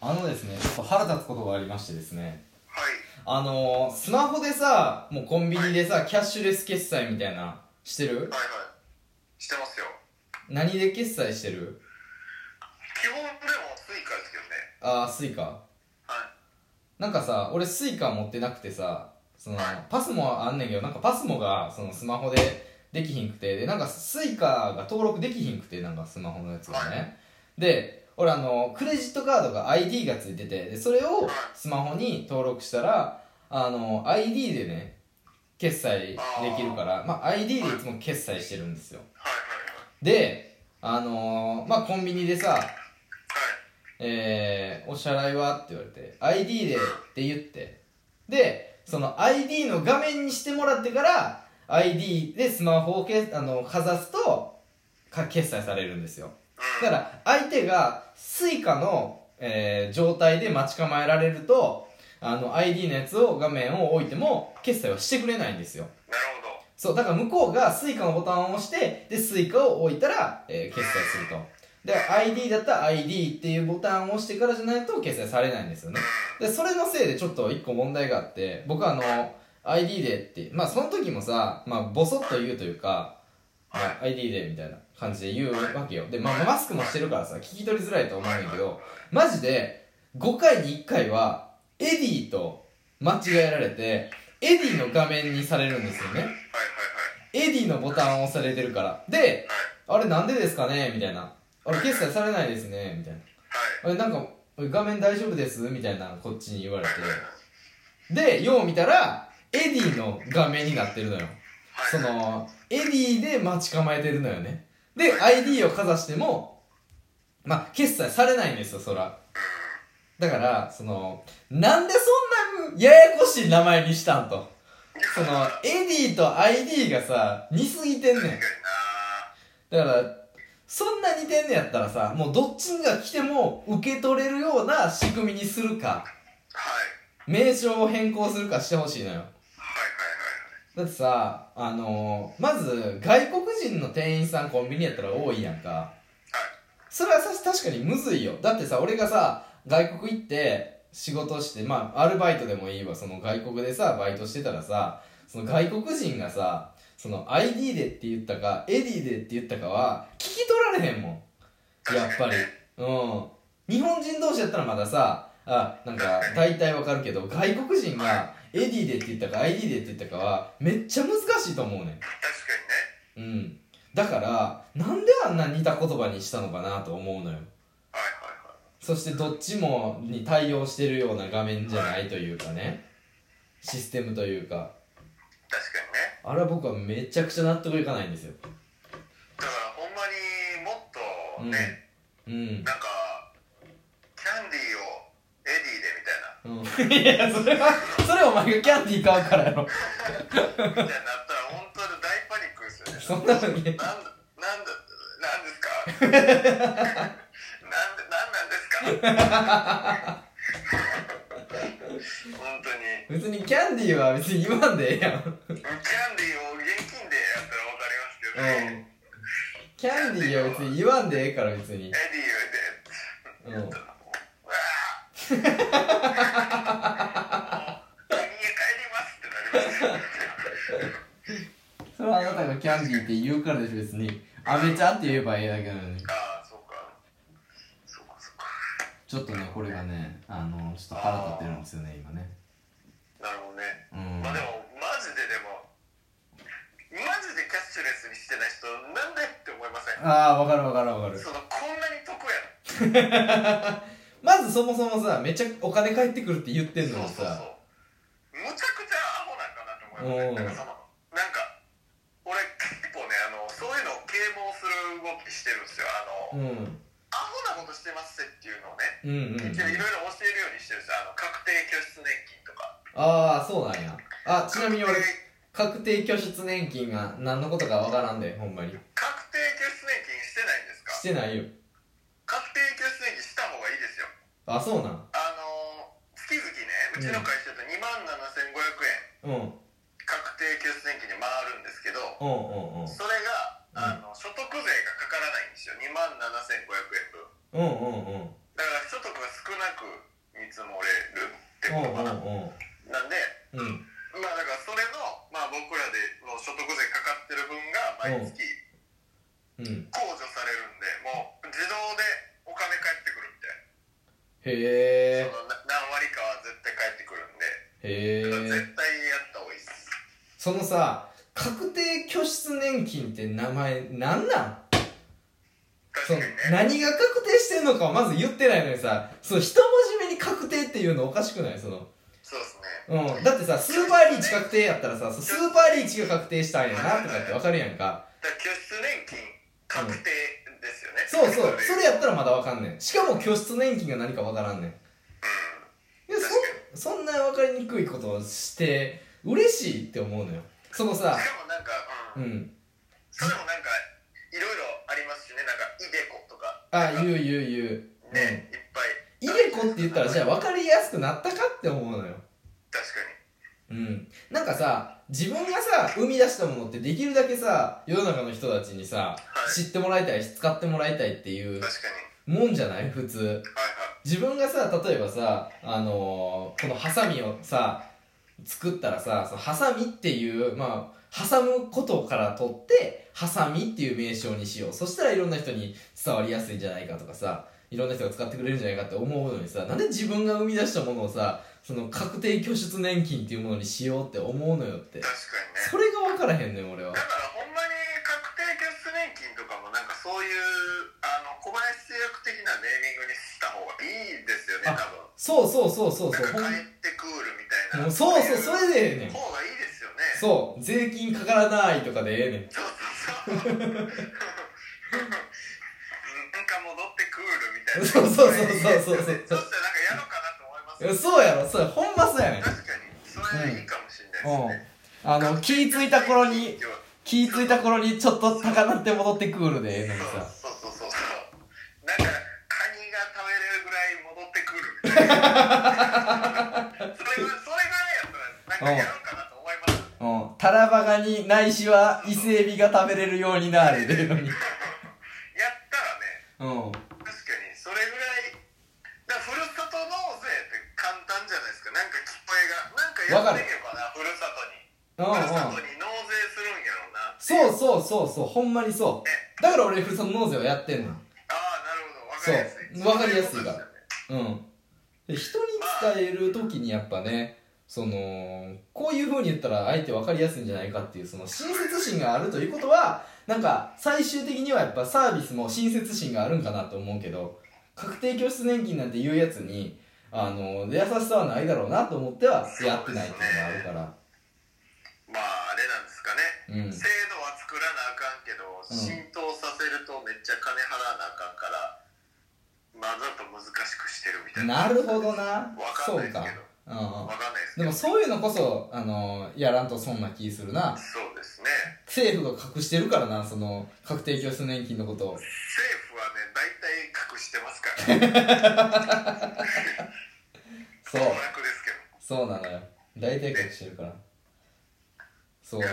あのですね、ちょっと腹立つことがありましてですね。はい。あのー、スマホでさ、もうコンビニでさ、キャッシュレス決済みたいな、してるはいはい。してますよ。何で決済してる基本でもスイカですけどね。あー、スイカ。はい。なんかさ、俺スイカ持ってなくてさ、その、パスモあんねんけど、なんかパスモが、そのスマホでできひんくて、で、なんかスイカが登録できひんくて、なんかスマホのやつがね。で、俺あの、クレジットカードが ID がついてて、で、それをスマホに登録したら、あの、ID でね、決済できるから、まあ ID でいつも決済してるんですよ。はいはいはい。で、あのーまあコンビニでさ、はい。えー、お支払いはって言われて、ID でって言って、で、その ID の画面にしてもらってから、ID でスマホをけあのかざすとか、決済されるんですよ。だから、相手が Suica の、えー状態で待ち構えられると、あの ID のやつを画面を置いても、決済はしてくれないんですよ。なるほど。そう、だから向こうが Suica のボタンを押して、で、Suica を置いたら、えー決済すると。で、ID だったら ID っていうボタンを押してからじゃないと決済されないんですよね。で、それのせいでちょっと一個問題があって、僕はあの、ID でって、まあその時もさ、まあボソッと言うというか、まあ ID でみたいな感じで言うわけよ。で、まあマスクもしてるからさ、聞き取りづらいと思うんやけど、マジで5回に1回は、エディと間違えられて、エディの画面にされるんですよね。はいはいはい。エディのボタンを押されてるから。で、あれなんでですかねみたいな。あれ決済されないですねみたいな。はい。あれなんか、画面大丈夫ですみたいな、こっちに言われて。で、よう見たら、エディの画面になってるのよ。その、エディで待ち構えてるのよね。で、ID をかざしても、まあ、決済されないんですよ、そら。だから、その、なんでそんなややこしい名前にしたんと。その、エディと ID がさ、似すぎてんねん。だから、そんな似てんねやったらさ、もうどっちが来ても受け取れるような仕組みにするか、はい。名称を変更するかしてほしいのよ。はいはいだってさ、あのーまず、外国人の店員さんコンビニやったら多いやんか。それはさ、確かにむずいよ。だってさ、俺がさ、外国行って、仕事して、まあ、アルバイトでもいいわ、その外国でさ、バイトしてたらさ、その外国人がさ、その ID でって言ったか、エディでって言ったかは、聞き取られへんもん。やっぱり。うん。日本人同士やったらまださ、あ、なんか、大体わかるけど、外国人が、エディでって言ったか、ID でって言ったかは、めっちゃ難しいと思うねん。はい。確かにね。うん、だからなんであんな似た言葉にしたのかなと思うのよはいはいはい。そしてどっちもに対応してるような画面じゃないというかねシステムというか確かにね。あれは僕はめちゃくちゃ納得いかないんですよだからほんまにもっとうんね、うんなんか、キャンディーをエディでみたいな、うん、いやそれはそれはお前がキャンディー買うからやろみたいになったら本当に大パニックですよね。そんなのになんだ、なんだ、なんですかなんで、なんなんですか本当に。別にキャンディーは別に言わんでええやん、キャンディーを現金でやったらわかりますけうどね。ん、キャンディーは別に言わんでええから別にエディうーんで、うわあ国へ帰りますってなりますそよ。れはあなたがキャンディーって言うからでしょ別にアメちゃんって言えばええだけなのにああ、そうか。そうか、そうか。ちょっとね、これがね、あの、ちょっと腹立ってるんですよね、今ね。なるほどね。うん。まあでも、マジででも、マジでキャッシュレスにしてない人、なんだよって思いませんああ、わかるわかるわかる。その、こんなに得やん。まずそもそもさ、めっちゃお金返ってくるって言ってんのそうにそうさ、そうむちゃくちゃアホなんかなと思いますねなんかそのなんか俺結構ねあのそういうのを啓蒙する動きしてるんですよあの、うん。うんアホなことしてますっていうのをねうんうん。一応いろいろ教えるようにしてるんですよあの確定拠出年金とかああ、そうなんや。あ、ちなみに俺確、確定拠出年金が何のことかわからんで、ほんまに。定確定拠出年金してなしてないいんですかよ。確定拠出年金した方がいいですよあ、そうなん。あの月々ねうちの会社だと2万7500円うん。うん確定拠出年金に回るんですけど、うんうん。それがあの所得税がかからないんですよ2万7500円分うんうんうん。だから所得が少少なく見積もれるってことかななんでうんうんまあだからそれの、まあ、僕らでの所得税かかってる分が毎月うんうん控除されるんでもう自動でお金返ってくるみたいへえなそのな何割かは絶対返ってくるんでへだからえ絶対やった方がいいですそのさ確定拠出年金って名前なんなんその確かにね何が確定してんのかはまず言ってないのにさその一文字目に確定っていうのおかしくないそのそうですねうん、だってさスーパーリーチ確定やったらさスーパーリーチが確定したんやなとかってわかるやんかだから拠出年金確定ですよね、そうそうそれれやったらまだわかんねんしかも拠出年金が何かわからんねんいや確かにそそんなわかりにくいことをして嬉しいって思うのよそのさしかもなんか、ううんんそれもなんかいろいろありますしねなんかイデコとかあなんか言う言う言うね、いっぱいイデコって言ったらじゃあわかりやすくなったかって思うのよ確かにうんなんかさ自分がさ生み出したものってできるだけさ世の中の人たちにさはい知ってもらいたいし使ってもらいたいっていう確かにもんじゃない普通はいはい自分がさ例えばさあのーこのハサミをさ作ったらさそのハサミっていうまあ挟むことから取ってハサミっていう名称にしようそしたらいろんな人に伝わりやすいんじゃないかとかさいろんな人が使ってくれるんじゃないかって思うのにさなんで自分が生み出したものをさその確定拠出年金っていうものにしようって思うのよって確かにねそれが分からへんねん俺はだからほんまに確定拠出年金とかもなんかそういうあの小林製薬的なネーミングにした方がいいですよねあ多そうそうそうそうそうほ分んなんか帰ってくるみたいもうなそうそうそれででええねん方がいいですよねそう税金かからないとかでええねんそうそうそうなんか戻ってくるみたいなそうそうそうそうそうそしたらなんかやろうかなと思いますいやそうやろそうやほんまそうやねん確かにそれはいいかもしれないですね、うんあの気ぃついた頃に気ぃついた頃にちょっと高鳴って戻ってくるでええのにさそうそうそうそうなんかカニが食べれるぐらい戻ってくるみたいな それぐらいそれぐらいやったらなんかやろうかなと思いますうんタラバガニないしは伊勢エビが食べれるようになれでええのにやったらねうん確かにそれぐらいだからふるさと納税って簡単じゃないですかなんか聞こえがなんかやってみようかなふるさとにうんうふんるさとに納税するんやろうなそうそうそうそうほんまにそうだから俺ふるさと納税をやってんのああなるほどわかりやすいそうわかりやすいからそううことですよねうんで人に伝える時にやっぱねそのこういう風に言ったら相手分かりやすいんじゃないかっていうその親切心があるということはなんか最終的にはやっぱサービスも親切心があるんかなと思うけど確定拠出年金なんて言うやつにあの優しさはないだろうなと思ってはやってないっていうのがあるからまああれなんですかねうん制度は作らなあかんけど、浸透させるとめっちゃ金払わなあかんからまあざと難しくしてるみたいななるほどなわかんそうないですかけどうんわかんないですけでどもそういうのこそあのやらんと損な気するなそうですね政府が隠してるからなその確定拠出年金のことを政府はね大体隠してますからねそう娯楽ですけどそうなのよ大体隠してるからそういや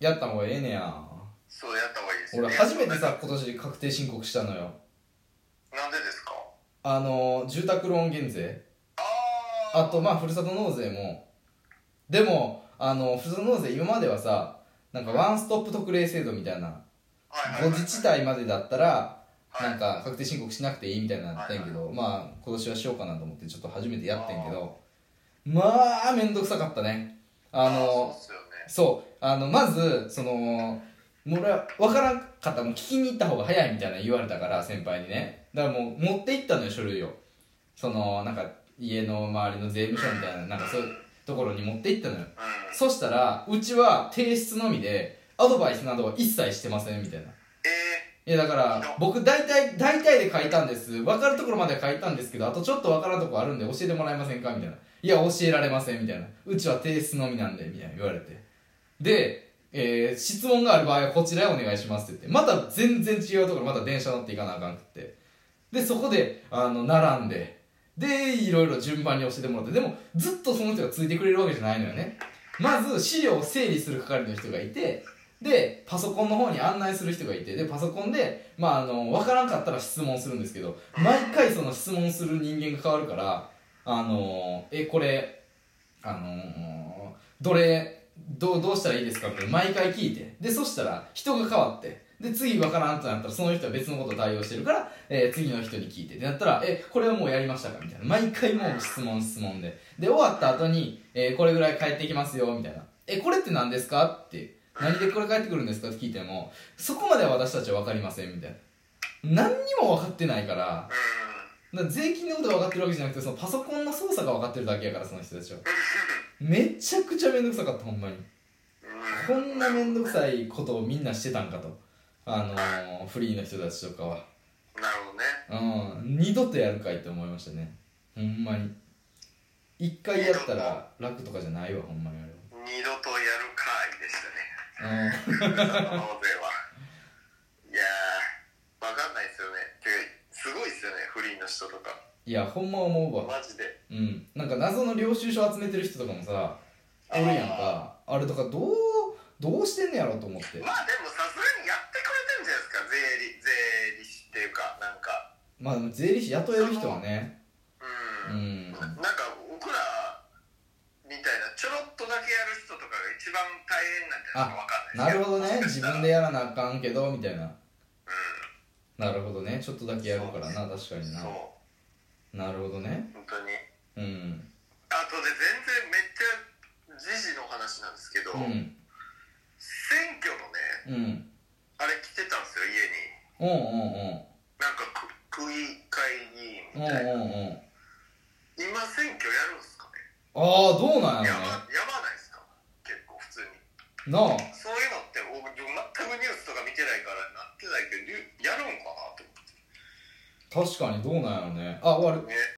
やった方がええねやそうやった方がいいですよ俺ね初めてさ今年確定申告したのよなんでですかあの住宅ローン減税あーあとまあふるさと納税もでもあのふるさと納税今まではさなんかワンストップ特例制度みたいなはいはいはい5自治体までだったらはいなんか確定申告しなくていいみたいになってんけど、まあ今年はしようかなと思ってちょっと初めてやってんけどまあめんどくさかったねあのそうっすよねそうあのまずそのもう俺は分からんかったもう聞きに行った方が早いみたいな言われたから先輩にねだからもう持って行ったのよ書類をそのなんか家の周りの税務署みたいななんかそういうところに持って行ったのようんそしたらうちは提出のみでアドバイスなどは一切してませんみたいなえいやだから僕大体大体で書いたんです分かるところまでは書いたんですけどあとちょっと分からんとこあるんで教えてもらえませんかみたいないや教えられませんみたいなうちは提出のみなんでみたいな言われてで、えー質問がある場合はこちらへお願いしますって言ってまた全然違うところまた電車乗っていかなあかんくってでそこであの並んででいろいろ順番に教えてもらってでもずっとその人がついてくれるわけじゃないのよねまず資料を整理する係の人がいてでパソコンの方に案内する人がいてでパソコンで、まあ、あの分からんかったら質問するんですけど毎回その質問する人間が変わるからあのえこれあのどれどうどうしたらいいですかって毎回聞いてでそしたら人が変わってで次分からんとなったらその人は別のこと対応してるから、えー次の人に聞いてってなったら「えこれはもうやりましたか?」みたいな毎回もう質問質問でで終わった後に、えーこれぐらい帰ってきますよ」みたいな「えこれって何ですか?」って「何でこれ帰ってくるんですか?」って聞いても「そこまでは私たちは分かりません」みたいな何にも分かってないからだから税金のこと分かってるわけじゃなくてそのパソコンの操作が分かってるだけやからその人たちはめちゃくちゃ面倒くさかったほんまにこんな面倒くさいことをみんなしてたんかとあのー、フリーの人たちとかはなるほどうねん二度とやるかいって思いましたねほんまに一回やったら楽とかじゃないわほんまにあ二度とやるかいでしたねれはうん ふるさと納税はいやーわかんないですよねてかすごいですよね不倫の人とかいやほんま思うわマジでうんなんか謎の領収書集めてる人とかもさおるやんかあれとかどうどうしてんねやろと思ってまあでもさすがにやってくれてんじゃないですか税理税理士っていうかなんかまあでも税理士雇える人はねううん、んなんか僕らみたいなちょろっとだけやる人とかが一番大変なんじゃないですかなわかんないですけるほどね自 分でやらなあかんけどみたいなうなるほどねちょっとだけやるからな確かにんなそなるほどねう本当にうんあとで全然めっちゃ時事の話なんですけど、うん選挙のうねんあれ来てたんですよう家にんうんなんかく区議会議員うんみうんたいな、うんうん今選挙やるんすかねああどうなんややろねばやばないですか結構普通になあそういうのって僕全くニュースとか見てないからなってないけどやるんかなと思確かにどうなんやろねあ終わるってね